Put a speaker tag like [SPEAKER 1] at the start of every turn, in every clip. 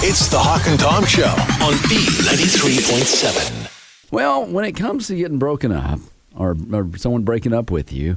[SPEAKER 1] It's the Hawk and Tom Show on B93.7.
[SPEAKER 2] Well, when it comes to getting broken up or, or someone breaking up with you,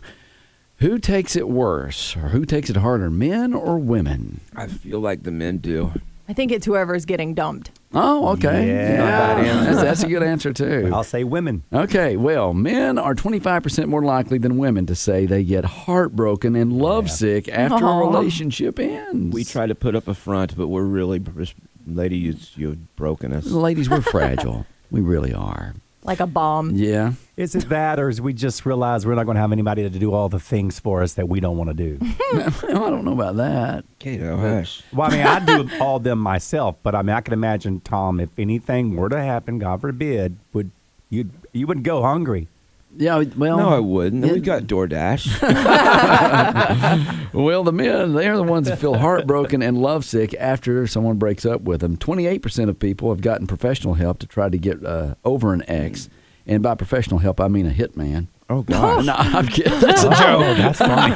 [SPEAKER 2] who takes it worse or who takes it harder, men or women?
[SPEAKER 3] I feel like the men do.
[SPEAKER 4] I think it's whoever's getting dumped.
[SPEAKER 2] Oh, okay.
[SPEAKER 5] Yeah.
[SPEAKER 2] That's, that's a good answer, too.
[SPEAKER 5] I'll say women.
[SPEAKER 2] Okay, well, men are 25% more likely than women to say they get heartbroken and lovesick after
[SPEAKER 4] Aw.
[SPEAKER 2] a relationship ends.
[SPEAKER 3] We try to put up a front, but we're really, br- lady, you, you've broken us.
[SPEAKER 2] Ladies, we're fragile. We really are.
[SPEAKER 4] Like a bomb.
[SPEAKER 2] Yeah.
[SPEAKER 5] Is it that, or is we just realize we're not going to have anybody to do all the things for us that we don't want to do?
[SPEAKER 2] Well, I don't know about that.
[SPEAKER 3] Kato, hush.
[SPEAKER 5] well, I mean, I do all them myself, but I mean, I can imagine Tom. If anything were to happen, God forbid, would you you wouldn't go hungry?
[SPEAKER 2] Yeah, well.
[SPEAKER 3] No, I wouldn't.
[SPEAKER 2] Yeah.
[SPEAKER 3] We've got DoorDash.
[SPEAKER 2] Well, the men, they're the ones that feel heartbroken and lovesick after someone breaks up with them. 28% of people have gotten professional help to try to get uh, over an ex. And by professional help, I mean a hitman.
[SPEAKER 3] oh, gosh.
[SPEAKER 2] No, I'm kidding. That's a joke.
[SPEAKER 5] That's funny.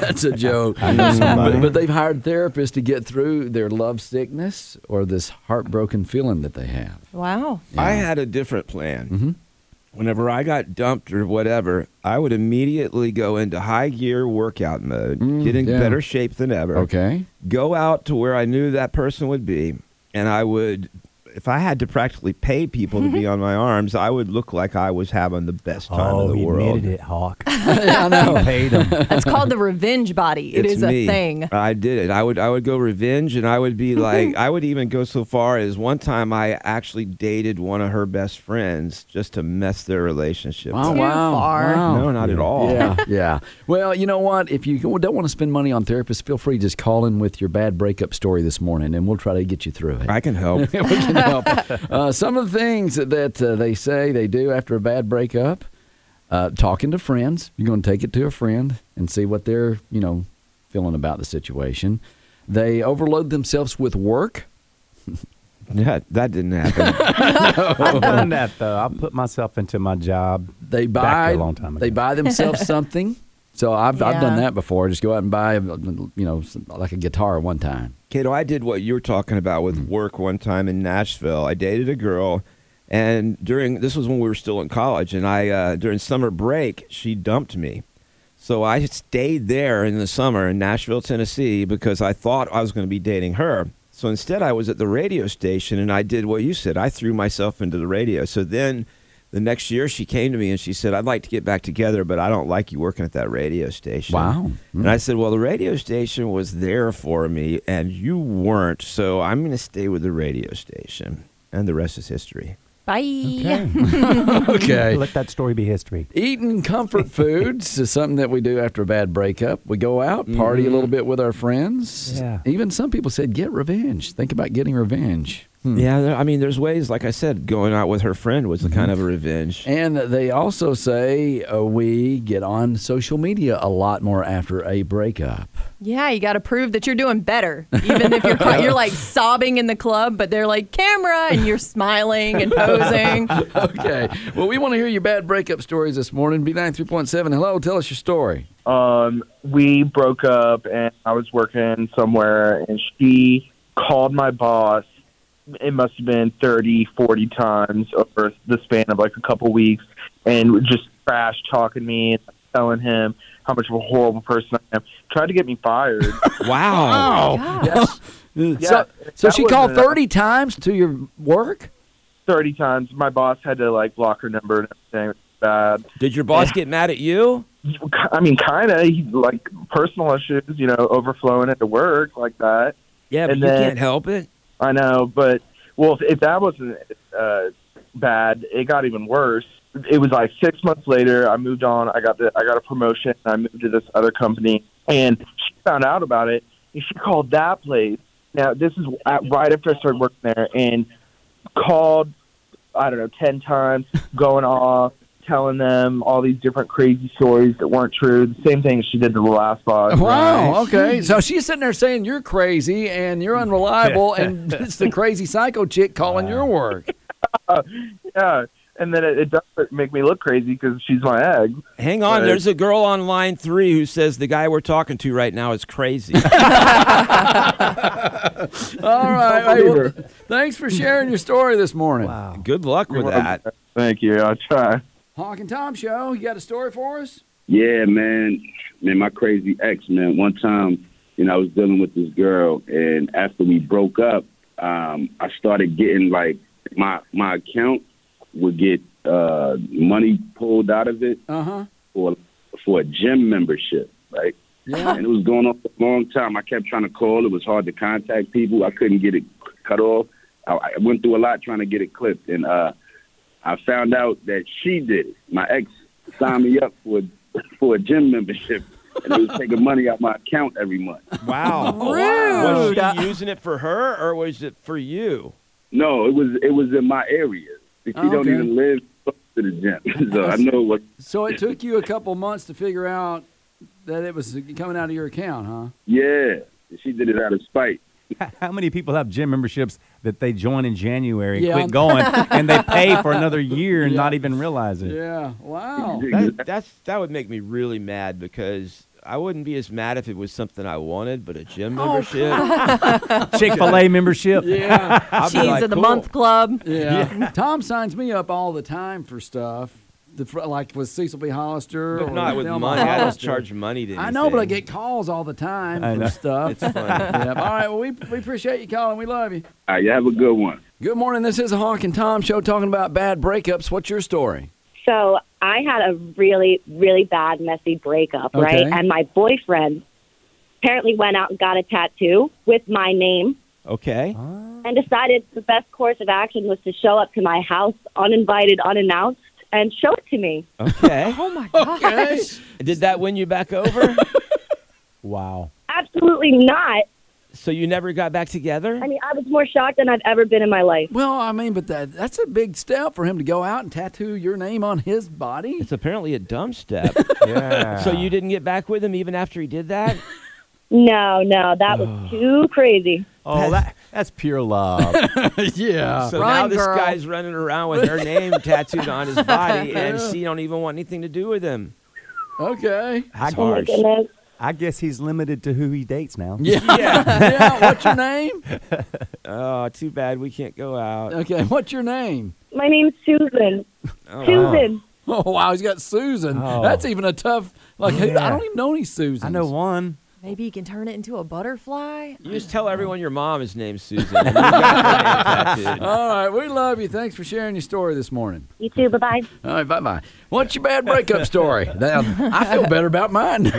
[SPEAKER 2] That's a joke.
[SPEAKER 5] I know somebody.
[SPEAKER 2] But, but they've hired therapists to get through their love sickness or this heartbroken feeling that they have.
[SPEAKER 4] Wow.
[SPEAKER 3] I had a different plan.
[SPEAKER 2] Mm-hmm.
[SPEAKER 3] Whenever I got dumped or whatever, I would immediately go into high gear workout mode, get in
[SPEAKER 2] Mm, yeah.
[SPEAKER 3] better shape than ever.
[SPEAKER 2] Okay.
[SPEAKER 3] Go out to where I knew that person would be, and I would, if I had to practically pay people to be on my arms, I would look like I was having the best time
[SPEAKER 5] Mm-hmm. oh,
[SPEAKER 3] in the
[SPEAKER 5] he
[SPEAKER 3] world.
[SPEAKER 5] admitted it, Hawk.
[SPEAKER 2] yeah, I know.
[SPEAKER 5] He paid him.
[SPEAKER 4] It's called the revenge body. It
[SPEAKER 3] it's
[SPEAKER 4] is a
[SPEAKER 3] me.
[SPEAKER 4] thing. Mm-hmm.
[SPEAKER 3] I did it. I would I would go revenge and I would be like I would even go so far as one time I actually dated one of her best friends just to mess their relationship
[SPEAKER 2] Oh,
[SPEAKER 3] up.
[SPEAKER 4] Too
[SPEAKER 2] wow.
[SPEAKER 4] far.
[SPEAKER 2] wow.
[SPEAKER 3] No, not at all.
[SPEAKER 2] Yeah, yeah. Well, you know what? If you don't want to spend money on therapists, feel free to just call in with your bad breakup story this morning, and we'll try to get you through it.
[SPEAKER 3] I can help.
[SPEAKER 2] we can help. Uh, some of the things that uh, they say they do after a bad breakup: uh, talking to friends. You're going to take it to a friend and see what they're, you know, feeling about the situation. They overload themselves with work.
[SPEAKER 3] Yeah, that didn't happen.
[SPEAKER 5] I've done that though. I put myself into my job.
[SPEAKER 2] They
[SPEAKER 5] Back
[SPEAKER 2] buy
[SPEAKER 5] a long time
[SPEAKER 2] They
[SPEAKER 5] ago.
[SPEAKER 2] buy themselves something. So I've I've done
[SPEAKER 4] Yeah.
[SPEAKER 2] that before. Just go out and buy, you know, some- like a guitar one time. Mm-hmm.
[SPEAKER 3] Kato, I did what you were talking about with work one time in Nashville. I dated a girl and during this was when we were still in college and I uh, during summer break, she dumped me. So I stayed there in the summer in Nashville, Tennessee, because I thought I was going to be dating her. So instead, I was at the radio station and I did what you said. I threw myself into the radio. So then the next year, she came to me and she said, I'd like to get back together, but I don't like you working at that radio station.
[SPEAKER 2] Wow.
[SPEAKER 3] And I said, Well, the radio station was there for me and you weren't. So I'm going to stay with the radio station. And the rest is history.
[SPEAKER 4] Bye.
[SPEAKER 2] okay.
[SPEAKER 5] Let that story be history.
[SPEAKER 2] Eating comfort foods is something that we do after a bad breakup. We go out, party a little bit with our friends.
[SPEAKER 5] Yeah.
[SPEAKER 2] Even some people said, get revenge. Think about getting revenge.
[SPEAKER 3] Yeah, there, I mean, there's ways, like I said, going out with her friend was a kind of a revenge.
[SPEAKER 2] Mm-hmm. And they also say uh, we get on social media a lot more after a breakup.
[SPEAKER 4] Yeah, you got to prove that you're doing better. Even if you're quite, you're like sobbing in the club, but they're like camera and you're smiling and posing.
[SPEAKER 2] okay. Well, we want to hear your bad breakup stories this morning. B93.7, hello, tell us your story.
[SPEAKER 6] um, we broke up and I was working somewhere and she called my boss. It must have been thirty, forty times over the span of like a couple weeks and just trash talking me and telling him how much of a horrible person I am. Tried to get me fired.
[SPEAKER 3] Wow.
[SPEAKER 2] Yes.
[SPEAKER 6] Yeah,
[SPEAKER 2] so
[SPEAKER 6] that
[SPEAKER 2] she
[SPEAKER 6] was
[SPEAKER 2] called
[SPEAKER 6] a-
[SPEAKER 2] 30 times to your work?
[SPEAKER 6] 30 times. My boss had to like block her number and everything. It was Bad.
[SPEAKER 3] Did your boss get mad at you?
[SPEAKER 6] I mean, kind of. He like personal issues, you know, overflowing at the work like that.
[SPEAKER 3] Yeah, but
[SPEAKER 6] And
[SPEAKER 3] you
[SPEAKER 6] then-
[SPEAKER 3] can't help it.
[SPEAKER 6] I know, but well, if, if that wasn't uh, bad, it got even worse. It was like six months later. I moved on. I got the I got a promotion. I moved to this other company, and she found out about it. And she called that place. Now this is at, right after I started working there, and called I don't know ten times, going off, telling them all these different crazy stories that weren't true. The same thing she did to the last boss.
[SPEAKER 2] Wow.
[SPEAKER 3] Hmm.
[SPEAKER 2] Okay. So she's sitting there saying you're crazy and you're unreliable, and it's the crazy psycho chick calling your work.
[SPEAKER 6] Yeah, and then it, it does make me look crazy because she's my ex.
[SPEAKER 3] Hang on,
[SPEAKER 6] Right.
[SPEAKER 3] there's a girl on line three who says the guy we're talking to right now is crazy.
[SPEAKER 2] All right. Hey,
[SPEAKER 6] believe
[SPEAKER 2] well,
[SPEAKER 6] her.
[SPEAKER 2] th- thanks for sharing your story this morning.
[SPEAKER 5] Wow.
[SPEAKER 3] Good luck with that.
[SPEAKER 6] Thank you. I'll try.
[SPEAKER 2] Honk and Tom Show, you got a story for us?
[SPEAKER 7] Yeah, man. Man, my crazy ex, man. One time, you know, I was dealing with this girl and after we broke up, um, I started getting like my my account would get uh money pulled out of it
[SPEAKER 2] Uh huh.
[SPEAKER 7] for for a gym membership, right?
[SPEAKER 2] Yeah.
[SPEAKER 7] And it was going on for a long time. I kept trying to call. It was hard to contact people. I couldn't get it c- cut off. I, I went through a lot trying to get it clipped, and uh, I found out that she did it. My ex signed me up for for a gym membership, and they was taking money out my account every month.
[SPEAKER 5] Wow.
[SPEAKER 3] Was
[SPEAKER 4] Rude.
[SPEAKER 3] she using it for her or was it for you?
[SPEAKER 7] No, it was it was in my area. She
[SPEAKER 2] Oh,
[SPEAKER 7] don't
[SPEAKER 2] okay.
[SPEAKER 7] even live close to the gym, so I know what.
[SPEAKER 2] So it took you a couple months to figure out that it was coming out of your account, huh?
[SPEAKER 7] Yeah, she did it out of spite.
[SPEAKER 5] How many people have gym memberships that they join in January and
[SPEAKER 2] Yeah.
[SPEAKER 5] quit going and they pay for another year and
[SPEAKER 2] Yeah.
[SPEAKER 5] not even realize it?
[SPEAKER 2] Yeah. Wow.
[SPEAKER 3] That, that's that would make me really mad because I wouldn't be as mad if it was something I wanted, but a gym
[SPEAKER 4] Oh.
[SPEAKER 3] membership.
[SPEAKER 5] Chick fil A membership.
[SPEAKER 2] Yeah.
[SPEAKER 3] I'd be
[SPEAKER 4] Cheese
[SPEAKER 3] like,
[SPEAKER 4] of the
[SPEAKER 3] cool.
[SPEAKER 4] Month Club.
[SPEAKER 2] Yeah. Tom signs me up all the time for stuff, the, fr- like with Cecil B. Hollister.
[SPEAKER 3] But
[SPEAKER 2] or
[SPEAKER 3] not with
[SPEAKER 2] Thelma
[SPEAKER 3] money. I don't
[SPEAKER 2] Hollister.
[SPEAKER 3] charge money to
[SPEAKER 2] I know, but I
[SPEAKER 3] anything.
[SPEAKER 2] get calls all the time
[SPEAKER 5] I
[SPEAKER 2] for
[SPEAKER 5] know.
[SPEAKER 2] stuff.
[SPEAKER 3] It's funny.
[SPEAKER 2] Yep. All right. Well, we, we appreciate you calling. We love you.
[SPEAKER 7] All right, you have a good one.
[SPEAKER 2] Good morning. This is a Honk and Tom show talking about bad breakups. What's your story?
[SPEAKER 8] So I had a really, really bad, messy breakup,
[SPEAKER 2] Okay.
[SPEAKER 8] right? And my boyfriend apparently went out and got a tattoo with my name
[SPEAKER 3] Okay.
[SPEAKER 8] and decided the best course of action was to show up to my house uninvited, unannounced, and show it to me.
[SPEAKER 3] Okay.
[SPEAKER 4] Oh my gosh.
[SPEAKER 3] Did that win you back over?
[SPEAKER 5] Wow.
[SPEAKER 8] Absolutely not.
[SPEAKER 3] so you never got back together?
[SPEAKER 8] I mean, I was more shocked than I've ever been in my life.
[SPEAKER 2] Well, I mean, but that that's a big step for him to go out and tattoo your name on his body.
[SPEAKER 3] It's apparently a dumb step.
[SPEAKER 5] Yeah.
[SPEAKER 3] so you didn't get back with him even after he did that?
[SPEAKER 8] No, no, that was too crazy.
[SPEAKER 5] Oh, that, that's pure love.
[SPEAKER 2] yeah.
[SPEAKER 3] So
[SPEAKER 4] Run,
[SPEAKER 3] now this
[SPEAKER 4] girl.
[SPEAKER 3] guy's running around with her name tattooed on his body, and she don't even want anything to do with him.
[SPEAKER 2] Okay.
[SPEAKER 5] I,
[SPEAKER 8] Oh my
[SPEAKER 3] Harsh.
[SPEAKER 8] goodness.
[SPEAKER 5] I guess he's limited to who he dates now.
[SPEAKER 2] Yeah. yeah. What's your name?
[SPEAKER 3] Oh, too bad we can't go out.
[SPEAKER 2] Okay. What's your name?
[SPEAKER 8] My name's Susan. Susan.
[SPEAKER 2] Oh wow, he's got Susan.
[SPEAKER 5] Oh.
[SPEAKER 2] That's even a tough. Like who- I
[SPEAKER 5] Yeah.
[SPEAKER 2] don't even know any Susans.
[SPEAKER 5] I know one.
[SPEAKER 4] Maybe you can turn it into a butterfly.
[SPEAKER 3] You just tell everyone your mom is named Susan. and you got her name tattooed.
[SPEAKER 2] All right, we love you. Thanks for sharing your story this morning.
[SPEAKER 8] You too. Bye bye.
[SPEAKER 2] All right, bye bye. What's your bad breakup story? Now, I feel better about mine.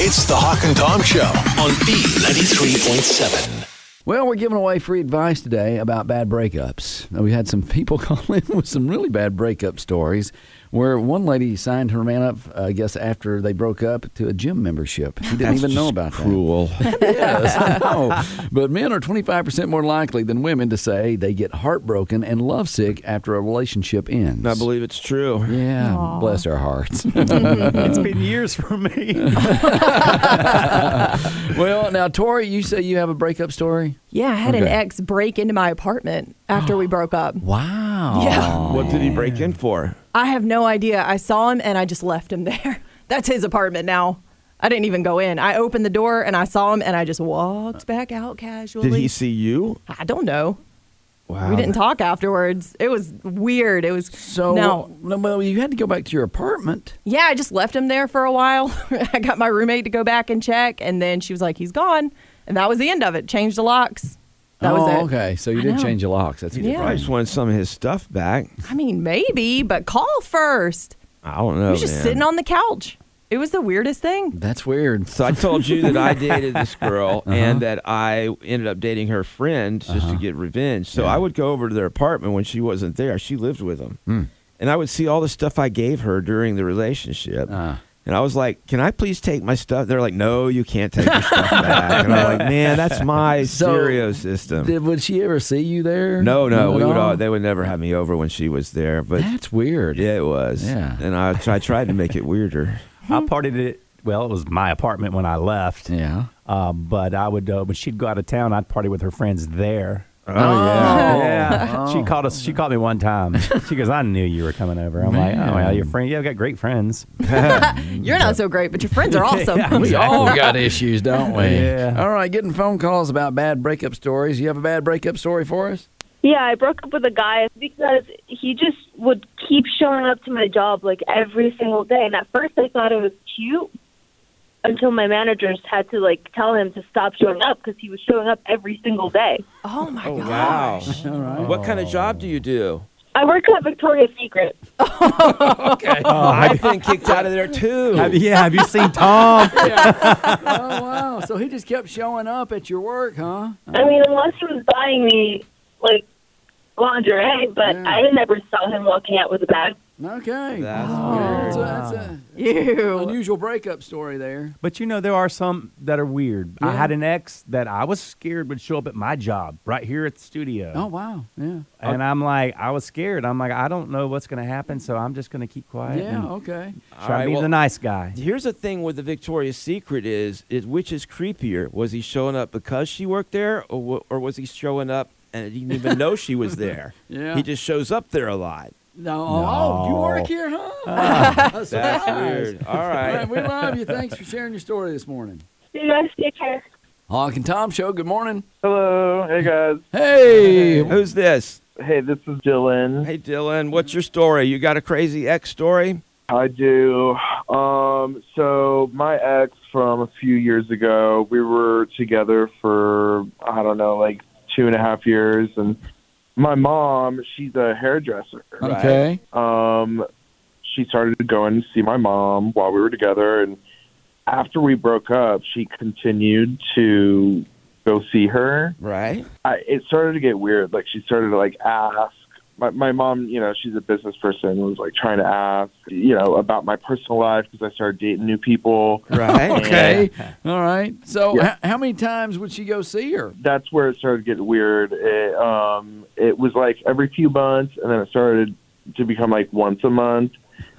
[SPEAKER 1] It's the Hawk and Tom Show on B93.7.
[SPEAKER 2] Well, we're giving away free advice today about bad breakups. Now, We had some people call in with some really bad breakup stories where one lady signed her man up, uh, I guess, after they broke up to a gym membership. He didn't even know about
[SPEAKER 3] Cruel.
[SPEAKER 2] that. Yes, I know. But men are 25% more likely than women to say they get heartbroken and lovesick after a relationship ends.
[SPEAKER 3] I believe it's true.
[SPEAKER 2] yeah, bless our hearts.
[SPEAKER 5] It's been years for me.
[SPEAKER 2] well, now, Tori, you say you have a breakup story?
[SPEAKER 4] Yeah, I had an
[SPEAKER 2] Okay.
[SPEAKER 4] ex break into my apartment after we broke up.
[SPEAKER 2] Wow.
[SPEAKER 4] Yeah.
[SPEAKER 3] What did he break in for?
[SPEAKER 4] I have no idea. I saw him and I just left him there. That's his apartment now. I didn't even go in. I opened the door and I saw him and I just walked back out casually.
[SPEAKER 3] Uh, Did he see you?
[SPEAKER 4] I don't know.
[SPEAKER 3] Wow.
[SPEAKER 4] We didn't talk afterwards. It was weird. It was
[SPEAKER 2] So,
[SPEAKER 4] no.
[SPEAKER 2] no, well, you had to go back to your apartment.
[SPEAKER 4] Yeah, I just left him there for a while. I got my roommate to go back and check, and then she was like, "He's gone," and that was the end of it. Changed the locks. That
[SPEAKER 2] oh,
[SPEAKER 4] was it.
[SPEAKER 2] okay. So you
[SPEAKER 4] I
[SPEAKER 2] did
[SPEAKER 4] know.
[SPEAKER 2] change the locks. That's a good
[SPEAKER 4] Yeah.
[SPEAKER 3] I
[SPEAKER 2] price.
[SPEAKER 3] just wanted some of his stuff back.
[SPEAKER 4] I mean, maybe, but call first.
[SPEAKER 3] Oh. I don't know.
[SPEAKER 4] he was just
[SPEAKER 3] man.
[SPEAKER 4] sitting on the couch. It was the weirdest thing.
[SPEAKER 2] That's weird.
[SPEAKER 3] So I told you that I dated this girl
[SPEAKER 2] Uh-huh.
[SPEAKER 3] and that I ended up dating her friend just to get revenge. So I would go over to their apartment when she wasn't there. She lived with them.
[SPEAKER 2] Hmm.
[SPEAKER 3] And I would see all the stuff I gave her during the relationship.
[SPEAKER 2] Ah.
[SPEAKER 3] And I was like, "Can I please take my stuff?" They're like, "No, you can't take your stuff back." And I'm like, "Man, that's my
[SPEAKER 2] So-
[SPEAKER 3] stereo system."
[SPEAKER 2] Did, would she ever see you there?
[SPEAKER 3] no, no,
[SPEAKER 2] Not
[SPEAKER 3] we
[SPEAKER 2] at
[SPEAKER 3] would all,
[SPEAKER 2] all?
[SPEAKER 3] they would never have me over when she was there, but
[SPEAKER 2] That's weird.
[SPEAKER 3] yeah, it was.
[SPEAKER 2] Yeah.
[SPEAKER 3] And I, tr- I tried to make it weirder.
[SPEAKER 5] I partied it. Well, it was my apartment when I left.
[SPEAKER 2] Yeah.
[SPEAKER 5] Uh, but I would, uh, when she'd go out of town, I'd party with her friends there. Oh, yeah, yeah.
[SPEAKER 2] Oh.
[SPEAKER 5] She called us. She called me one time. She goes, "I knew you were coming over." I'm like, "Oh well, your friend. Yeah, I've got great friends."
[SPEAKER 4] You're not so great, but your friends are awesome.
[SPEAKER 2] We
[SPEAKER 5] Oh,
[SPEAKER 2] all got issues, don't we?
[SPEAKER 5] Yeah.
[SPEAKER 2] All right, getting phone calls about bad breakup stories. You have a bad breakup story for us?
[SPEAKER 8] Yeah, I broke up with a guy because he just would keep showing up to my job like every single day. And at first I thought it was cute until my managers had to like tell him to stop showing up because he was showing up every single day.
[SPEAKER 4] Oh my god.
[SPEAKER 3] wow. What kind of job do you do?
[SPEAKER 8] I work at Victoria's Secret.
[SPEAKER 2] Okay.
[SPEAKER 3] I've been kicked out of there
[SPEAKER 5] Oh, Have-
[SPEAKER 3] too.
[SPEAKER 5] yeah. Have you seen Tom?
[SPEAKER 2] oh wow! So he just kept showing up at your work, huh?
[SPEAKER 8] I mean, unless he was buying me like lingerie, but
[SPEAKER 2] Yeah.
[SPEAKER 8] I never saw him walking out with a bag.
[SPEAKER 2] Okay.
[SPEAKER 3] That's
[SPEAKER 2] Oh, That's a,
[SPEAKER 3] weird.
[SPEAKER 2] that's
[SPEAKER 8] Oh.
[SPEAKER 4] You.
[SPEAKER 2] a unusual breakup story there.
[SPEAKER 5] But you know, there are some that are weird. I had an ex that I was scared would show up at my job right here at the studio.
[SPEAKER 2] Oh wow! Yeah.
[SPEAKER 5] And I'm like, I was scared. I'm like, I don't know what's going to happen, so I'm just going to keep quiet.
[SPEAKER 2] Yeah. oh.
[SPEAKER 5] and
[SPEAKER 2] Okay.
[SPEAKER 5] Try
[SPEAKER 3] All right,
[SPEAKER 5] being
[SPEAKER 3] well-
[SPEAKER 5] the nice guy.
[SPEAKER 3] Here's the thing with the Victoria's Secret is is which is creepier? Was he showing up because she worked there, or wa- or was he showing up and he didn't even know she was there?
[SPEAKER 2] Yeah.
[SPEAKER 3] He just shows up there a lot.
[SPEAKER 2] No. Oh, you work here, huh?
[SPEAKER 5] Ah.
[SPEAKER 2] That's
[SPEAKER 3] That's weird. All
[SPEAKER 2] All
[SPEAKER 3] right.
[SPEAKER 2] right, we love you. Thanks for sharing your story this morning.
[SPEAKER 8] You guys take care.
[SPEAKER 2] Hawk and Tom Show. Good morning.
[SPEAKER 6] Hello, hey guys.
[SPEAKER 2] Hey.
[SPEAKER 3] Who's this?
[SPEAKER 6] Hey, this is Dylan.
[SPEAKER 3] Hey Dylan, what's your story? You got a crazy ex story?
[SPEAKER 6] I do. Um, so my ex from a few years ago, we were together for I don't know, like two and a half years, and my mom, she's a hairdresser.
[SPEAKER 2] Okay.
[SPEAKER 6] Um, she started going to see my mom while we were together, and after we broke up, she continued to go see her.
[SPEAKER 3] Right.
[SPEAKER 6] I, it started to get weird. Like she started to like ask my my mom. You know, she's a business person. Was like trying to ask you know about my personal life because I started dating new people.
[SPEAKER 3] Right.
[SPEAKER 2] Okay. All right. So,
[SPEAKER 6] Yeah.
[SPEAKER 2] h- how many times would she go see her?
[SPEAKER 6] That's where it started to get weird. It, um, it was like every few months, and then it started to become like once a month,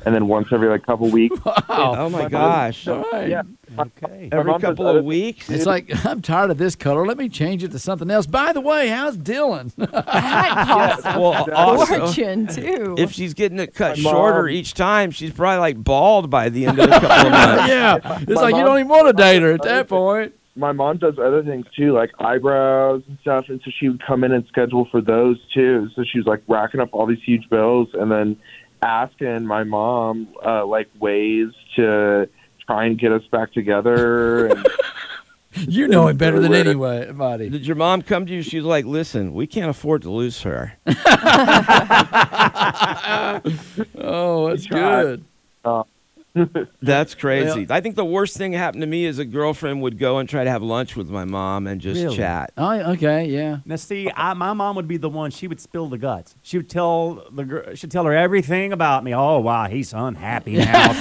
[SPEAKER 6] and then once every like couple weeks.
[SPEAKER 3] Oh my gosh.
[SPEAKER 2] All right.
[SPEAKER 6] Yeah.
[SPEAKER 5] Okay.
[SPEAKER 6] My
[SPEAKER 3] Every
[SPEAKER 6] mom does
[SPEAKER 3] couple of
[SPEAKER 6] other-
[SPEAKER 3] weeks.
[SPEAKER 2] It's like I'm tired of this color. Let me change it to something else. By the way, how's Dylan?
[SPEAKER 4] That costs a
[SPEAKER 3] Well, also,
[SPEAKER 4] fortune too.
[SPEAKER 3] if she's getting it cut
[SPEAKER 6] My mom-
[SPEAKER 3] shorter each time, she's probably like bald by the end of the couple of months.
[SPEAKER 2] yeah, it's
[SPEAKER 6] My
[SPEAKER 2] like you
[SPEAKER 6] mom-
[SPEAKER 2] don't even want to date her at that point.
[SPEAKER 6] my mom does other things too, like eyebrows and stuff, and so she would come in and schedule for those too. So she was like racking up all these huge bills and then asking my mom uh, like ways to try and get us back together. And
[SPEAKER 2] You know it better than
[SPEAKER 6] Weird.
[SPEAKER 2] anybody.
[SPEAKER 3] Did your mom come to you? She's like, listen, we can't afford to lose her.
[SPEAKER 2] Oh, that's
[SPEAKER 6] tried.
[SPEAKER 2] good.
[SPEAKER 3] That's crazy. I think the worst thing happened to me is a girlfriend would go and try to have lunch with my mom and just
[SPEAKER 5] Really?
[SPEAKER 3] chat.
[SPEAKER 2] Oh, okay, yeah.
[SPEAKER 5] Now, see, I, my mom would be the one. She would spill the guts. She would tell the girl. She'd tell her everything about me. Oh, wow, he's unhappy now.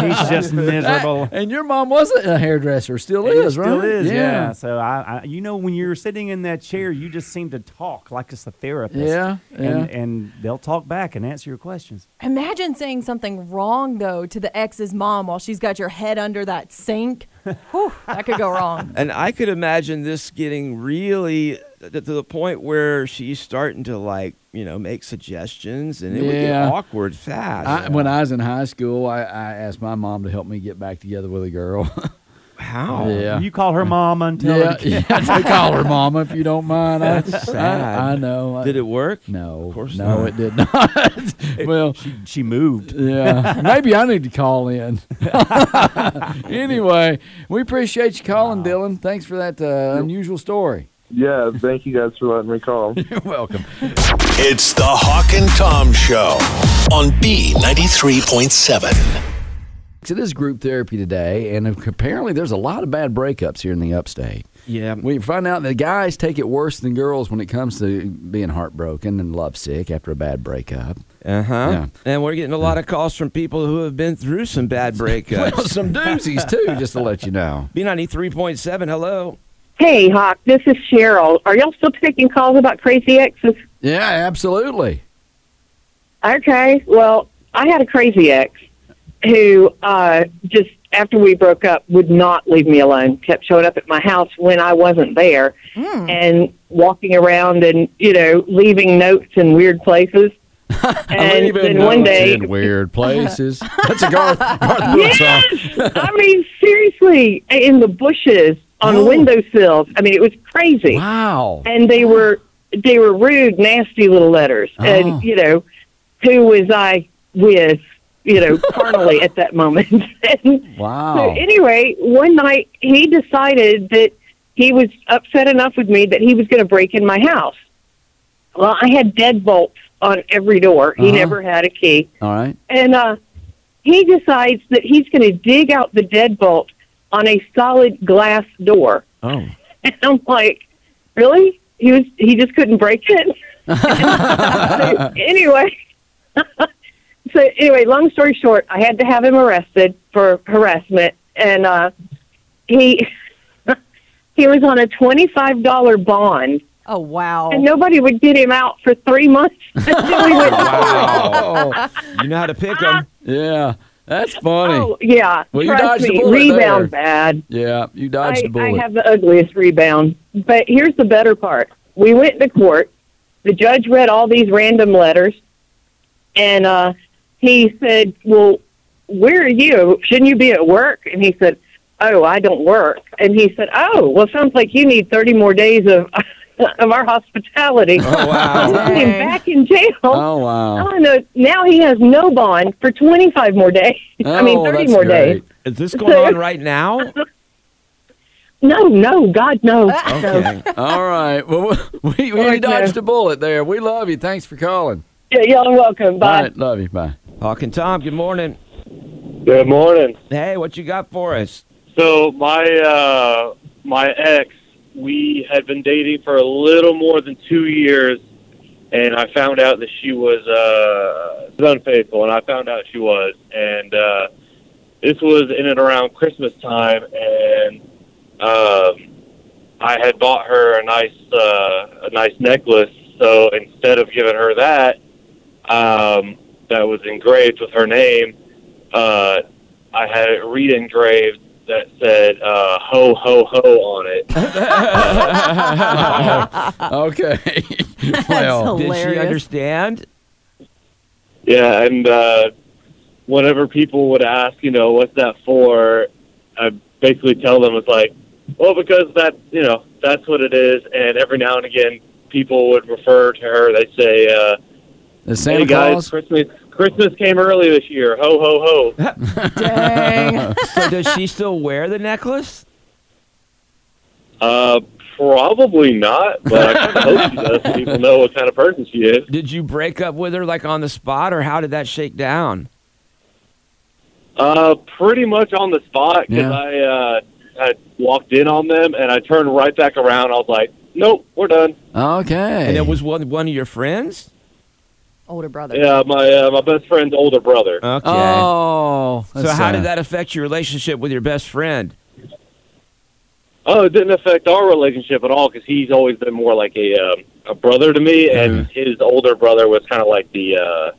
[SPEAKER 5] he's just miserable.
[SPEAKER 2] And your mom was a hairdresser, still
[SPEAKER 5] It
[SPEAKER 2] is, right?
[SPEAKER 5] Still is, yeah. So I, I, you know, when you're sitting in that chair, you just seem to talk like it's a therapist.
[SPEAKER 2] Yeah, yeah.
[SPEAKER 5] And, and they'll talk back and answer your questions.
[SPEAKER 4] Imagine saying something wrong though to the ex's mom while she's got your head under that sink. Whew, that could go wrong.
[SPEAKER 3] And I could imagine this getting really to to the point where she's starting to like, you know, make suggestions and it would get
[SPEAKER 2] Yeah.
[SPEAKER 3] awkward fast.
[SPEAKER 2] I, when I was in high school, I, I asked my mom to help me get back together with a girl.
[SPEAKER 3] How?
[SPEAKER 2] Yeah.
[SPEAKER 5] You call her mom and tell her
[SPEAKER 2] yeah,
[SPEAKER 5] to
[SPEAKER 2] yeah. I call her mama if you don't mind. I,
[SPEAKER 3] That's
[SPEAKER 2] I-
[SPEAKER 3] sad.
[SPEAKER 2] I, know.
[SPEAKER 3] Did it work?
[SPEAKER 2] No,
[SPEAKER 3] Of course
[SPEAKER 2] no,
[SPEAKER 3] not.
[SPEAKER 2] it did not. well,
[SPEAKER 5] keep- she moved.
[SPEAKER 2] Yeah. Maybe I need to call in. anyway, we appreciate you calling, Dylan. Thanks for that uh, unusual story.
[SPEAKER 6] yeah, thank you guys for letting me call.
[SPEAKER 2] You're welcome.
[SPEAKER 1] It's the Hawk and Tom Show on B93.7.
[SPEAKER 2] So this is group therapy today, and apparently there's a lot of bad breakups here in the upstate.
[SPEAKER 3] Yeah.
[SPEAKER 2] We find out that guys take it worse than girls when it comes to being heartbroken and lovesick after a bad breakup.
[SPEAKER 3] Uh huh.
[SPEAKER 2] Yeah.
[SPEAKER 3] And we're getting a lot of calls from people who have been through some bad
[SPEAKER 2] Well,
[SPEAKER 3] breakups.
[SPEAKER 2] some doozies too, just to let you know.
[SPEAKER 3] B93.7, hello.
[SPEAKER 8] Hey, Hawk, this is Cheryl. Are y'all still taking calls about crazy exes?
[SPEAKER 2] Yeah, absolutely.
[SPEAKER 8] Okay. Well, I had a crazy ex who uh, just
[SPEAKER 9] after we broke up, would not leave me alone. Kept showing up at my house when I wasn't there, and walking around and you know leaving notes in weird places. and
[SPEAKER 2] Leaving
[SPEAKER 9] then one
[SPEAKER 2] notes
[SPEAKER 9] day,
[SPEAKER 2] in weird places. That's a Garth, Garth Brooks song.
[SPEAKER 9] I mean, seriously, in the bushes, on windowsills. I mean, it was crazy.
[SPEAKER 2] Wow.
[SPEAKER 9] And they were they were rude, nasty little letters.
[SPEAKER 2] Oh.
[SPEAKER 9] And you know, who was I with? You know, carnally at that moment. and so
[SPEAKER 2] Wow.
[SPEAKER 9] anyway, one night he decided that he was upset enough with me that he was going to break in my house. Well, I had deadbolts on every door. He
[SPEAKER 2] Uh-huh.
[SPEAKER 9] never had a key
[SPEAKER 2] All right.
[SPEAKER 9] and uh, he decides that he's going to dig out the deadbolt on a solid glass door.
[SPEAKER 3] Oh.
[SPEAKER 9] And I'm like, really? He was he just couldn't break it. So anyway, so anyway, long story short, I had to have him arrested for harassment, and uh, he he was on a twenty five dollar bond,
[SPEAKER 4] Oh wow.
[SPEAKER 9] and nobody would get him out for three months until he went.
[SPEAKER 3] Wow. you know how to pick them.
[SPEAKER 2] Yeah. That's funny.
[SPEAKER 9] Oh, yeah.
[SPEAKER 2] Well, you
[SPEAKER 9] trust
[SPEAKER 2] dodged the
[SPEAKER 9] me,
[SPEAKER 2] bullet
[SPEAKER 9] rebound
[SPEAKER 2] there.
[SPEAKER 9] bad.
[SPEAKER 2] Yeah. You dodged
[SPEAKER 9] I,
[SPEAKER 2] the bullet.
[SPEAKER 9] I have the ugliest rebound. But here's the better part. We went to court. The judge read all these random letters, and uh, he said, "Well, where are you? Shouldn't you be at work?" And he said, "Oh, I don't work." And he said, "Oh, well, sounds like you need 30 more days of of our hospitality."
[SPEAKER 3] Oh, wow.
[SPEAKER 9] Put him
[SPEAKER 4] Dang.
[SPEAKER 9] back in jail.
[SPEAKER 2] oh, wow.
[SPEAKER 9] Oh, no, now he has no bond for 25 more days. I mean,
[SPEAKER 2] Oh,
[SPEAKER 9] 30
[SPEAKER 2] that's
[SPEAKER 9] more days.
[SPEAKER 2] great.
[SPEAKER 3] Is this going on right now?
[SPEAKER 9] No, no, God, no. no.
[SPEAKER 3] Okay.
[SPEAKER 2] All right. Well, we, we,
[SPEAKER 9] All
[SPEAKER 2] we
[SPEAKER 9] right,
[SPEAKER 2] dodged
[SPEAKER 9] man.
[SPEAKER 2] a bullet there. We love you. Thanks for calling.
[SPEAKER 9] Yeah, y'all are welcome. Bye.
[SPEAKER 2] All right. Love you. Bye.
[SPEAKER 3] Hawking Tom, good morning.
[SPEAKER 10] Good morning.
[SPEAKER 3] Hey, what you got for us?
[SPEAKER 10] So my uh, my ex, we had been dating for a little more than two years, and I found out that she was uh, unfaithful, and I found out she was, and uh, this was in and around Christmas time, and um, I had bought her a nice uh, a nice necklace. So instead of giving her that, um, that was engraved with her name. Uh, I had it read engraved that said uh, "ho ho ho" on it.
[SPEAKER 2] Okay. well,
[SPEAKER 4] That's
[SPEAKER 3] Did she
[SPEAKER 4] hilarious.
[SPEAKER 3] understand?
[SPEAKER 10] Yeah, and uh, whenever people would ask, you know, what's that for, I basically tell them it's like, well, because that, you know, that's what it is. And every now and again, people would refer to her. They'd say, uh,
[SPEAKER 2] is
[SPEAKER 10] "Hey
[SPEAKER 2] Santa
[SPEAKER 10] guys,
[SPEAKER 2] Claus?
[SPEAKER 10] Christmas Christmas came early this year. Ho ho ho."
[SPEAKER 4] Dang.
[SPEAKER 3] So does she still wear the necklace?
[SPEAKER 10] Uh, probably not, but I kind of hope she does. So people know what kind of person she is.
[SPEAKER 3] Did you break up with her like on the spot, or how did that shake down?
[SPEAKER 10] Uh, pretty much on the spot because
[SPEAKER 2] Yeah.
[SPEAKER 10] I uh, I walked in on them and I turned right back around. I was like, "Nope, we're done."
[SPEAKER 2] Okay.
[SPEAKER 3] And it was one one of your friends.
[SPEAKER 4] Older brother.
[SPEAKER 10] Yeah, my uh, my best friend's older brother.
[SPEAKER 3] Okay.
[SPEAKER 2] Oh.
[SPEAKER 3] so
[SPEAKER 2] that's
[SPEAKER 3] how
[SPEAKER 2] sad.
[SPEAKER 3] did that affect your relationship with your best friend?
[SPEAKER 10] Oh, it didn't affect our relationship at all because he's always been more like a um, a brother to me, and his older brother was kind of like the uh,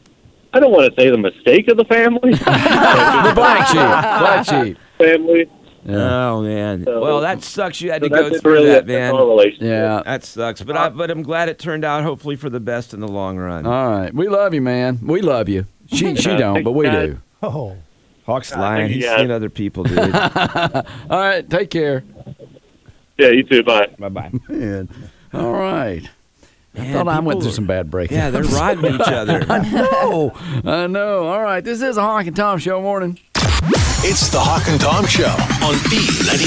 [SPEAKER 10] I don't want to say the mistake of the family
[SPEAKER 2] the black sheep. Black sheep.
[SPEAKER 10] family.
[SPEAKER 2] Yeah.
[SPEAKER 3] Oh man.
[SPEAKER 10] So-
[SPEAKER 3] well, that sucks. You had
[SPEAKER 10] So
[SPEAKER 3] to
[SPEAKER 10] that
[SPEAKER 3] go
[SPEAKER 10] didn't
[SPEAKER 3] through
[SPEAKER 10] really
[SPEAKER 3] that,
[SPEAKER 10] affect Our
[SPEAKER 3] man.
[SPEAKER 10] relationship. Uh,
[SPEAKER 2] yeah.
[SPEAKER 3] That sucks. But I but I'm glad it turned out hopefully for the best in the long run.
[SPEAKER 2] All right. We love you, man. We love you. Uh, She she don't, but we do.
[SPEAKER 5] Oh.
[SPEAKER 3] Hawk's lying.
[SPEAKER 10] you,
[SPEAKER 3] He's
[SPEAKER 10] guys.
[SPEAKER 3] seen other people, dude.
[SPEAKER 2] All right. Take care.
[SPEAKER 10] Yeah, you too. Bye.
[SPEAKER 3] bye bye.
[SPEAKER 2] Man. All right. I
[SPEAKER 3] Man,
[SPEAKER 2] thought I went
[SPEAKER 3] people
[SPEAKER 2] through
[SPEAKER 3] are-
[SPEAKER 2] some bad breakups.
[SPEAKER 3] Yeah, they're riding each other.
[SPEAKER 2] no. I know. All right. This is a Honk and Tom Show morning.
[SPEAKER 1] It's the Hawk and Tom Show on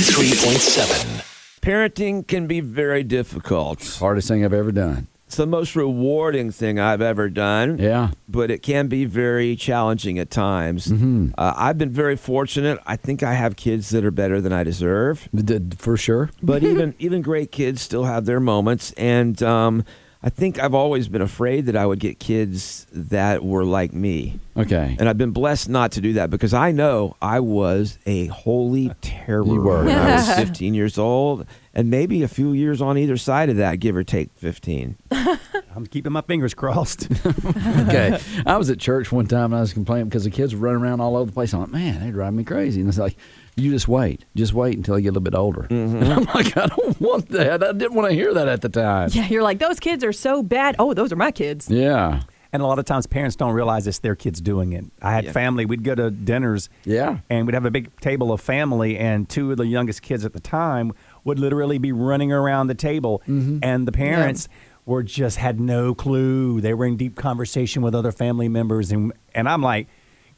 [SPEAKER 1] B93.7.
[SPEAKER 3] Parenting can be very difficult.
[SPEAKER 2] Hardest thing I've ever done.
[SPEAKER 3] It's the most rewarding thing I've ever done.
[SPEAKER 2] Yeah.
[SPEAKER 3] but it can be very challenging at times.
[SPEAKER 2] Mm-hmm.
[SPEAKER 3] Uh, I've been very fortunate. I think I have kids that are better than I deserve,
[SPEAKER 2] D- d- For sure.
[SPEAKER 3] but even even great kids still have their moments. And um, I think I've always been afraid that I would get kids that were like me.
[SPEAKER 2] Okay.
[SPEAKER 3] And I've been blessed not to do that because I know I was a holy terror
[SPEAKER 2] You were.
[SPEAKER 3] when I was 15 years old, and maybe a few years on either side of that, give or take 15.
[SPEAKER 5] I'm keeping my fingers crossed.
[SPEAKER 2] okay. I was at church one time and I was complaining because the kids were running around all over the place. I'm like, man, they drive me crazy. And it's like, you just wait. Just wait until you get a little bit older.
[SPEAKER 3] Mm-hmm.
[SPEAKER 2] And I'm like, I don't want that. I didn't want to hear that at the time.
[SPEAKER 4] Yeah, you're like, those kids are so bad. Oh, those are my kids.
[SPEAKER 2] Yeah.
[SPEAKER 5] And a lot of times parents don't realize it's their kids doing it. I had
[SPEAKER 3] Yeah.
[SPEAKER 5] family, we'd go to dinners.
[SPEAKER 2] Yeah.
[SPEAKER 5] And we'd have a big table of family, and two of the youngest kids at the time would literally be running around the table.
[SPEAKER 2] Mm-hmm.
[SPEAKER 5] And the parents were just had no clue. They were in deep conversation with other family members. And, and I'm like,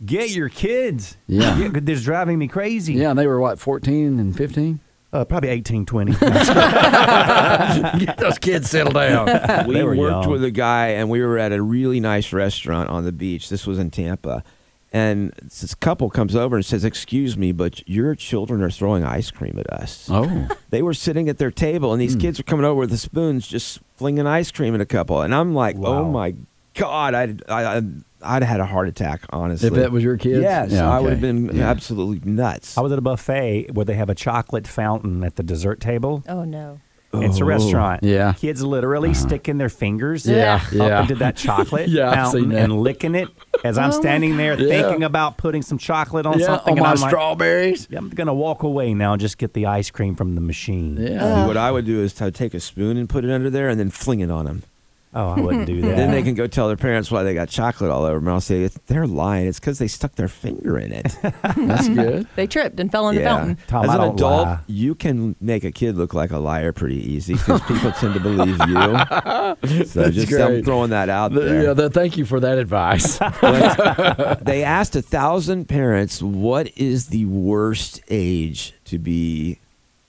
[SPEAKER 5] get your kids.
[SPEAKER 2] Yeah.
[SPEAKER 5] Get- this is driving me crazy.
[SPEAKER 2] Yeah. And they were what, 14 and 15?
[SPEAKER 5] Uh, probably 18, 20.
[SPEAKER 2] Get those kids settled down.
[SPEAKER 3] we
[SPEAKER 5] They were
[SPEAKER 3] worked
[SPEAKER 5] young.
[SPEAKER 3] with a guy and we were at a really nice restaurant on the beach. This was in Tampa. And this couple comes over and says, Excuse me, but your children are throwing ice cream at us.
[SPEAKER 2] oh.
[SPEAKER 3] They were sitting at their table and these kids are coming over with the spoons, just flinging ice cream at a couple. And I'm like, Oh
[SPEAKER 5] Wow.
[SPEAKER 3] my God, I'd, I, I'd, I'd had a heart attack, honestly.
[SPEAKER 2] If that was your kids?
[SPEAKER 3] Yes,
[SPEAKER 2] Yeah,
[SPEAKER 3] I would have
[SPEAKER 2] okay.
[SPEAKER 3] been absolutely nuts.
[SPEAKER 5] I was at a buffet where they have a chocolate fountain at the dessert table.
[SPEAKER 4] Oh, no.
[SPEAKER 5] It's a
[SPEAKER 3] Oh.
[SPEAKER 5] restaurant.
[SPEAKER 2] yeah.
[SPEAKER 5] Kids literally
[SPEAKER 3] Uh-huh.
[SPEAKER 5] sticking their fingers
[SPEAKER 2] Yeah,
[SPEAKER 5] up
[SPEAKER 2] yeah. Oh
[SPEAKER 5] into that chocolate
[SPEAKER 2] Yeah, I've seen
[SPEAKER 5] fountain
[SPEAKER 2] that.
[SPEAKER 5] and licking it as I'm standing there
[SPEAKER 2] Yeah.
[SPEAKER 5] thinking about putting some chocolate on
[SPEAKER 2] yeah.
[SPEAKER 5] something.
[SPEAKER 2] on
[SPEAKER 5] and
[SPEAKER 2] my
[SPEAKER 5] I'm like,
[SPEAKER 2] strawberries.
[SPEAKER 5] "Yeah, I'm going to walk away now and just get the ice cream from the machine.
[SPEAKER 2] Yeah.
[SPEAKER 3] what I would do is I'd take a spoon and put it under there and then fling it on them.
[SPEAKER 5] Oh, I wouldn't do that.
[SPEAKER 3] Then they can go tell their parents why they got chocolate all over them. And I'll say, "It's- they're lying. It's because they stuck their finger in it.
[SPEAKER 2] That's good.
[SPEAKER 4] Mm-hmm. They tripped and fell in the fountain.
[SPEAKER 5] Tom,
[SPEAKER 3] As
[SPEAKER 5] I
[SPEAKER 3] an
[SPEAKER 5] don't
[SPEAKER 3] adult,
[SPEAKER 5] lie.
[SPEAKER 3] you can make a kid look like a liar pretty easy because people tend to believe you. So
[SPEAKER 2] That's
[SPEAKER 3] just I'm
[SPEAKER 2] great.
[SPEAKER 3] throwing that out
[SPEAKER 2] The-
[SPEAKER 3] there.
[SPEAKER 2] yeah. The, thank you for that advice.
[SPEAKER 3] But they asked a thousand parents, what is the worst age to be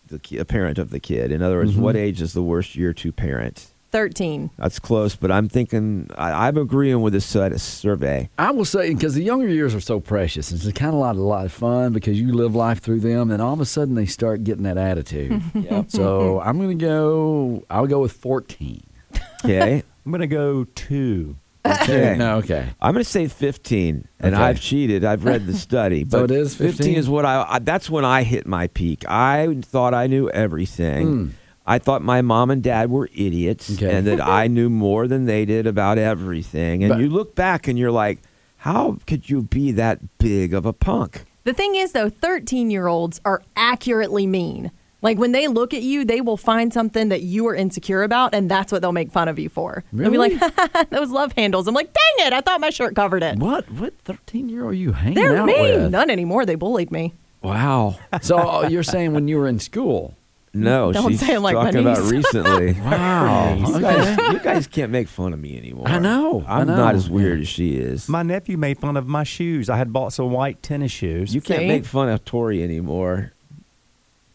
[SPEAKER 3] the ki- a parent of the kid? In other words, what age is the worst year to parent?
[SPEAKER 4] 13.
[SPEAKER 3] That's close, but I'm thinking, I, I'm agreeing with this sur- survey.
[SPEAKER 2] I will say because the younger years are so precious, it's kind of a lot, a lot of fun because you live life through them, and all of a sudden they start getting that attitude. So I'm going to go. I'll go with 14.
[SPEAKER 3] Okay.
[SPEAKER 5] I'm going to go two.
[SPEAKER 3] Okay.
[SPEAKER 2] No, okay.
[SPEAKER 3] I'm going to say 15, and
[SPEAKER 2] Okay.
[SPEAKER 3] I've cheated. I've read the study,
[SPEAKER 2] So
[SPEAKER 3] but
[SPEAKER 2] it is 15?
[SPEAKER 3] is what I, I. That's when I hit my peak. I thought I knew everything. I thought my mom and dad were idiots,
[SPEAKER 2] Hmm. Okay.
[SPEAKER 3] and that I knew more than they did about everything. And
[SPEAKER 2] But-
[SPEAKER 3] you look back, and you're like, "How could you be that big of a punk?"
[SPEAKER 4] The thing is, though, 13 year olds are accurately mean. Like when they look at you, they will find something that you are insecure about, and that's what they'll make fun of you for. They'll be
[SPEAKER 2] Really?
[SPEAKER 4] like, those love handles. I'm like, dang it, I thought my shirt covered it.
[SPEAKER 2] What? What 13 year old are you hanging
[SPEAKER 4] They're
[SPEAKER 2] out
[SPEAKER 4] mean.
[SPEAKER 2] with?
[SPEAKER 4] Not anymore. They bullied me.
[SPEAKER 2] Wow. So uh, you're saying when you were in school?
[SPEAKER 3] No,
[SPEAKER 4] Don't
[SPEAKER 3] she's
[SPEAKER 4] say it like my
[SPEAKER 3] talking about
[SPEAKER 4] niece.
[SPEAKER 3] recently.
[SPEAKER 2] Wow.
[SPEAKER 3] You
[SPEAKER 2] Okay.
[SPEAKER 3] guys, you guys can't make fun of me anymore.
[SPEAKER 2] I know, I
[SPEAKER 3] I'm
[SPEAKER 2] know.
[SPEAKER 3] not as weird as she is.
[SPEAKER 5] My nephew made fun of my shoes. I had bought some white tennis shoes.
[SPEAKER 3] You can't
[SPEAKER 4] See?
[SPEAKER 3] make fun of Tori anymore.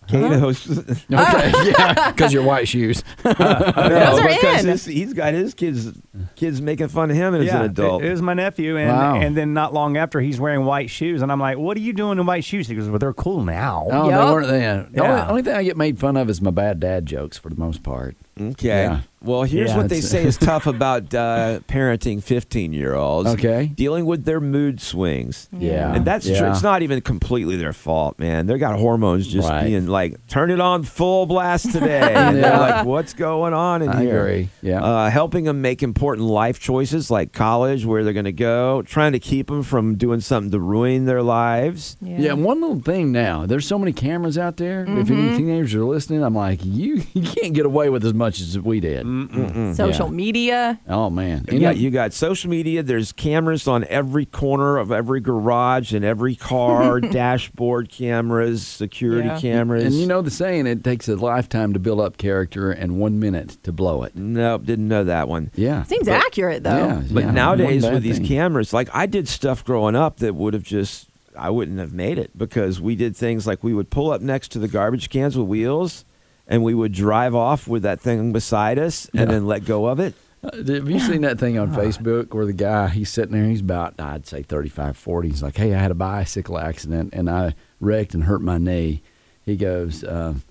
[SPEAKER 3] Kato's.
[SPEAKER 2] Okay. yeah. Because your white shoes.
[SPEAKER 4] Those are
[SPEAKER 3] because
[SPEAKER 4] in.
[SPEAKER 3] his- he's got his kids kids making fun of him as an adult.
[SPEAKER 5] It, it was my nephew, and
[SPEAKER 2] Wow.
[SPEAKER 5] and then not long after, he's wearing white shoes, and I'm like, "What are you doing in white shoes?" He goes, "Well, they're cool now."
[SPEAKER 2] Oh, they
[SPEAKER 4] Yup.
[SPEAKER 2] weren't then. The
[SPEAKER 5] Yeah.
[SPEAKER 2] only, only thing I get made fun of is my bad dad jokes for the most part.
[SPEAKER 3] okay.
[SPEAKER 2] Yeah.
[SPEAKER 3] Well, here's
[SPEAKER 5] Yeah,
[SPEAKER 3] what they
[SPEAKER 2] that's-
[SPEAKER 3] say is tough about uh, parenting 15 year olds.
[SPEAKER 2] Okay.
[SPEAKER 3] Dealing with their mood swings.
[SPEAKER 2] Yeah.
[SPEAKER 3] And that's true.
[SPEAKER 2] Yeah.
[SPEAKER 3] It's not even completely their fault, man. They got hormones just
[SPEAKER 2] Right.
[SPEAKER 3] being like, turn it on full blast today. And they're
[SPEAKER 2] Yeah.
[SPEAKER 3] like, what's going on in
[SPEAKER 2] I
[SPEAKER 3] here?
[SPEAKER 2] agree. Yeah.
[SPEAKER 3] Uh, helping them make important life choices like college, where they're going to go, trying to keep them from doing something to ruin their lives.
[SPEAKER 2] Yeah. and one little thing now. There's so many cameras out there. If any teenagers are listening, I'm like, you, you can't get away with as much as we did.
[SPEAKER 4] Social
[SPEAKER 2] Mm-hmm. Yeah.
[SPEAKER 4] media.
[SPEAKER 2] Oh man,
[SPEAKER 3] You got, you got social media. There's cameras on every corner of every garage and every car, dashboard cameras, security
[SPEAKER 4] Yeah.
[SPEAKER 3] cameras.
[SPEAKER 2] and you know the saying, it takes a lifetime to build up character and one minute to blow it.
[SPEAKER 3] nope, didn't know that one.
[SPEAKER 2] Yeah,
[SPEAKER 4] Seems
[SPEAKER 2] But-
[SPEAKER 4] accurate, though.
[SPEAKER 2] Yeah,
[SPEAKER 3] But
[SPEAKER 2] yeah,
[SPEAKER 3] nowadays
[SPEAKER 2] one bad
[SPEAKER 3] with these
[SPEAKER 2] thing.
[SPEAKER 3] cameras, like I did stuff growing up that would have just I wouldn't have made it because we did things like we would pull up next to the garbage cans with wheels and we would drive off with that thing beside us and then let go of it.
[SPEAKER 2] Uh, Have you seen that thing on Facebook where the guy, he's sitting there, he's about, I'd say 35, 40. He's like, hey, I had a bicycle accident and I wrecked and hurt my knee. He goes, um,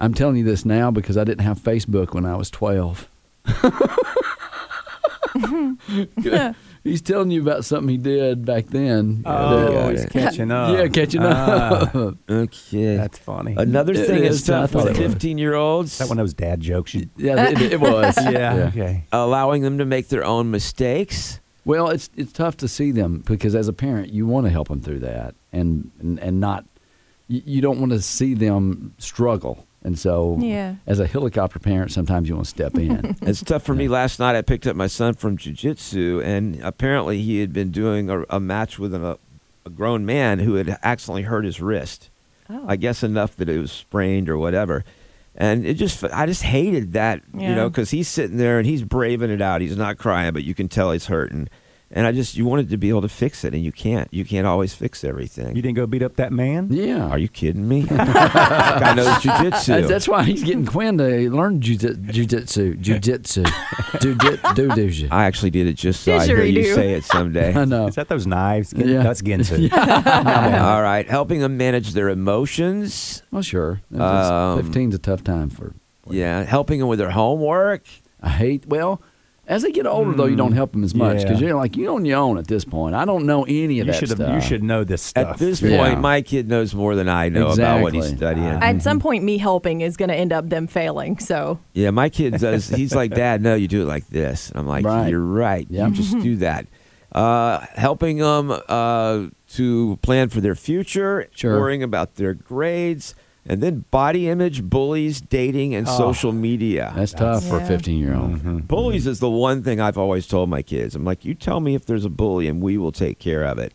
[SPEAKER 2] I'm telling you this now because I didn't have Facebook when I was 12. he's telling you about something he did back then.
[SPEAKER 5] Oh,
[SPEAKER 2] That-
[SPEAKER 5] he's catching up.
[SPEAKER 2] oh, Yeah, catching up.
[SPEAKER 5] Ah,
[SPEAKER 3] Okay.
[SPEAKER 5] that's funny.
[SPEAKER 3] Another
[SPEAKER 2] It
[SPEAKER 3] thing
[SPEAKER 2] is
[SPEAKER 3] is tough
[SPEAKER 2] tough.
[SPEAKER 3] with 15 year olds
[SPEAKER 5] that one of those dad jokes. You,
[SPEAKER 2] uh, yeah, it, it was.
[SPEAKER 5] yeah, Okay.
[SPEAKER 3] allowing them to make their own mistakes.
[SPEAKER 2] Well, it's it's tough to see them because as a parent, you want to help them through that, and and, and not you, you don't want to see them struggle. And so,
[SPEAKER 4] Yeah.
[SPEAKER 2] as a helicopter parent, sometimes you want to step in.
[SPEAKER 3] It's tough for me. Last night, I picked up my son from jujitsu, and apparently, he had been doing a, a match with an, a, a grown man who had accidentally hurt his wrist.
[SPEAKER 4] Oh.
[SPEAKER 3] I guess enough that it was sprained or whatever. And it just, I just hated that, you
[SPEAKER 4] Yeah.
[SPEAKER 3] know, because he's sitting there and he's braving it out. He's not crying, but you can tell he's hurting. And I just, you wanted to be able to fix it, and you can't. You can't always fix everything.
[SPEAKER 5] You didn't go beat up that man?
[SPEAKER 2] yeah,
[SPEAKER 3] Are you kidding me? Guy knows jujitsu.
[SPEAKER 2] That's, that's why he's getting Quinn to learn jujitsu, jujitsu, jujitsu, jujitsu.
[SPEAKER 3] I actually did it just so I hear you
[SPEAKER 4] Didgeridoo.
[SPEAKER 3] say it someday.
[SPEAKER 2] I know.
[SPEAKER 5] Is that those knives? Gen-
[SPEAKER 2] Yeah.
[SPEAKER 5] That's Gensu.
[SPEAKER 3] All right, helping them manage their emotions.
[SPEAKER 2] Well, sure.
[SPEAKER 3] Um,
[SPEAKER 2] Fifteen's a tough time for.
[SPEAKER 3] Yeah, helping them with their homework.
[SPEAKER 2] I hate. Well, as they get older, though, you don't help them as much because
[SPEAKER 5] yeah.
[SPEAKER 2] you're like you're on your own at this point. I don't know any of
[SPEAKER 5] You
[SPEAKER 2] that
[SPEAKER 5] should have.
[SPEAKER 2] stuff.
[SPEAKER 5] You should know this stuff.
[SPEAKER 3] At this
[SPEAKER 2] Yeah.
[SPEAKER 3] point, my kid knows more than I know about what he's
[SPEAKER 2] Exactly.
[SPEAKER 3] studying.
[SPEAKER 2] Mm-hmm.
[SPEAKER 4] At some point, me helping is going to end up them failing. So
[SPEAKER 3] yeah, my kid does. He's like, Dad, no, you do it like this. And I'm like,
[SPEAKER 2] Right.
[SPEAKER 3] You're right.
[SPEAKER 2] Yeah.
[SPEAKER 3] You just do that. Uh, helping them uh, to plan for their future,
[SPEAKER 2] Sure.
[SPEAKER 3] worrying about their grades, and then body image, bullies, dating, and social media.
[SPEAKER 2] Ah. That's tough for a
[SPEAKER 4] Yeah.
[SPEAKER 2] 15 year old.
[SPEAKER 3] Bullies is the one thing I've always told my kids. I'm like, you tell me if there's a bully and we will take care of it.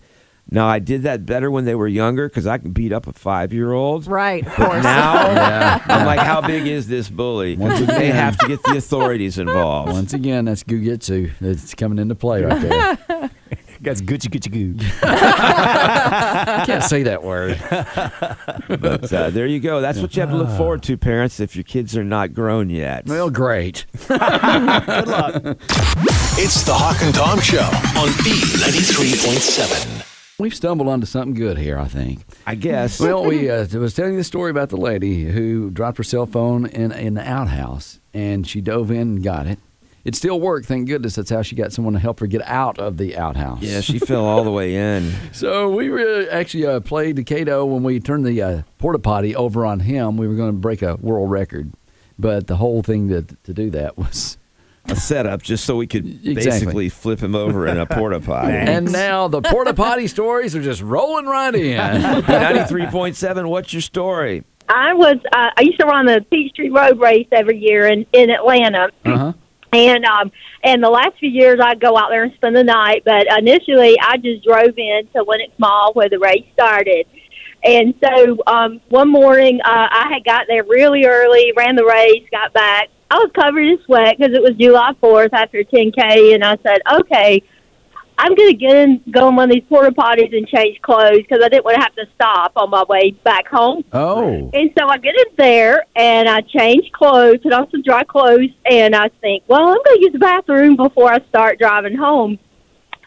[SPEAKER 3] Now, I did that better when they were younger because I can beat up a five year old.
[SPEAKER 4] right, of course.
[SPEAKER 3] Now, I'm like, how big is this bully?
[SPEAKER 2] Once
[SPEAKER 3] they
[SPEAKER 2] again.
[SPEAKER 3] have to get the authorities involved.
[SPEAKER 2] Once again, that's Gugitsu that's coming into play right there.
[SPEAKER 5] That's Gucci Gucci Goo.
[SPEAKER 2] I can't say that word.
[SPEAKER 3] But uh, there you go. That's what you have to look forward to, parents, if your kids are not grown yet.
[SPEAKER 2] Well, great.
[SPEAKER 1] It's the Hawk and Tom Show on B93.7.
[SPEAKER 2] We've stumbled onto something good here, I think.
[SPEAKER 3] I guess.
[SPEAKER 2] Well, we uh, I was telling you the story about the lady who dropped her cell phone in in the outhouse, and she dove in and got it. It still worked, thank goodness. That's how she got someone to help her get out of the outhouse.
[SPEAKER 3] yeah, she fell all the way in.
[SPEAKER 2] So we were actually uh, played to Cato when we turned the uh, porta potty over on him. We were going to break a world record, but the whole thing to to do that was
[SPEAKER 3] A setup just so we could
[SPEAKER 2] Exactly.
[SPEAKER 3] basically flip him over in a porta potty.
[SPEAKER 2] And now the porta potty stories are just rolling right in.
[SPEAKER 3] 93.7, what's your story?
[SPEAKER 8] I was uh, I used to run the Peachtree Road Race every year in in Atlanta,
[SPEAKER 2] Uh-huh.
[SPEAKER 8] and um and the last few years I'd go out there and spend the night, but initially I just drove in to Lenox Mall where the race started. And so um, one morning uh, I had got there really early, ran the race, got back. I was covered in sweat because it was July 4th after 10K, and I said, okay, I'm going to get in, go in one of these porta potties and change clothes because I didn't want to have to stop on my way back home.
[SPEAKER 2] Oh.
[SPEAKER 8] And so I get in there and I change clothes, put on some dry clothes, and I think, well, I'm going to use the bathroom before I start driving home.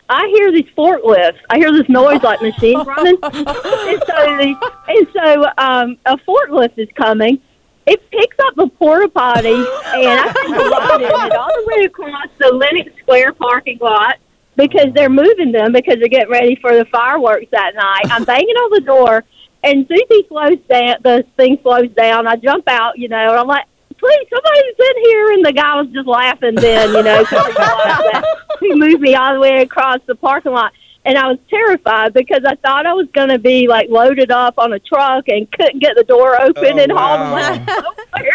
[SPEAKER 8] I hear these forklifts. I hear this noise like machines running. and so, the, and so um, a forklift is coming. It picks up the porta potty, and I think it all the way across the Lenox Square parking lot because they're moving them because they're getting ready for the fireworks that night. I'm banging on the door, and Susie slows down. The thing slows down. I jump out, you know, and I'm like, "Please, somebody's in here!" And the guy was just laughing. Then, you know, 'cause he realized that he moved me all the way across the parking lot, and I was terrified because I thought I was going to be like loaded up on a truck and couldn't get the door open
[SPEAKER 3] Oh,
[SPEAKER 8] and
[SPEAKER 3] wow.
[SPEAKER 8] hauled away somewhere.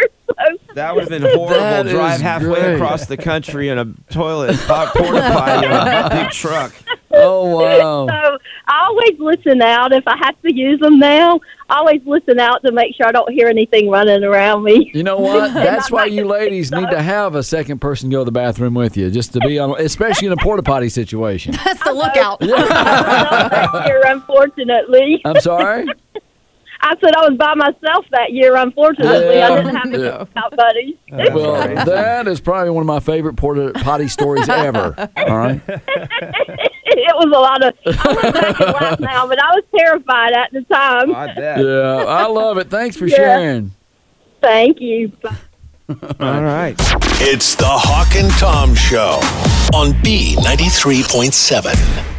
[SPEAKER 8] So
[SPEAKER 3] That would have been horrible.
[SPEAKER 2] That is
[SPEAKER 3] Drive halfway
[SPEAKER 2] great.
[SPEAKER 3] across the country in a toilet, pot- porta potty, in a big truck.
[SPEAKER 2] Oh, wow.
[SPEAKER 8] So I always listen out if I have to use them now. I always listen out to make sure I don't hear anything running around me.
[SPEAKER 2] You know what? That's why you ladies need to have a second person go to the bathroom with you, just to be on, especially in a porta potty situation.
[SPEAKER 4] That's the lookout.
[SPEAKER 8] I was that year, unfortunately.
[SPEAKER 2] I'm sorry?
[SPEAKER 8] I said I was by myself that year, unfortunately. I didn't have any
[SPEAKER 2] Yeah.
[SPEAKER 8] out buddies.
[SPEAKER 3] Oh,
[SPEAKER 2] Well, that is probably one of my favorite porta potty stories ever. All right.
[SPEAKER 8] it was a lot of. I look back and laugh now, but I was terrified at the time.
[SPEAKER 3] Oh, I bet.
[SPEAKER 2] Yeah, I love it. Thanks for
[SPEAKER 8] Yeah.
[SPEAKER 2] sharing.
[SPEAKER 8] Thank you. Bye.
[SPEAKER 3] All right.
[SPEAKER 1] It's the Hawk and Tom Show on B93.7.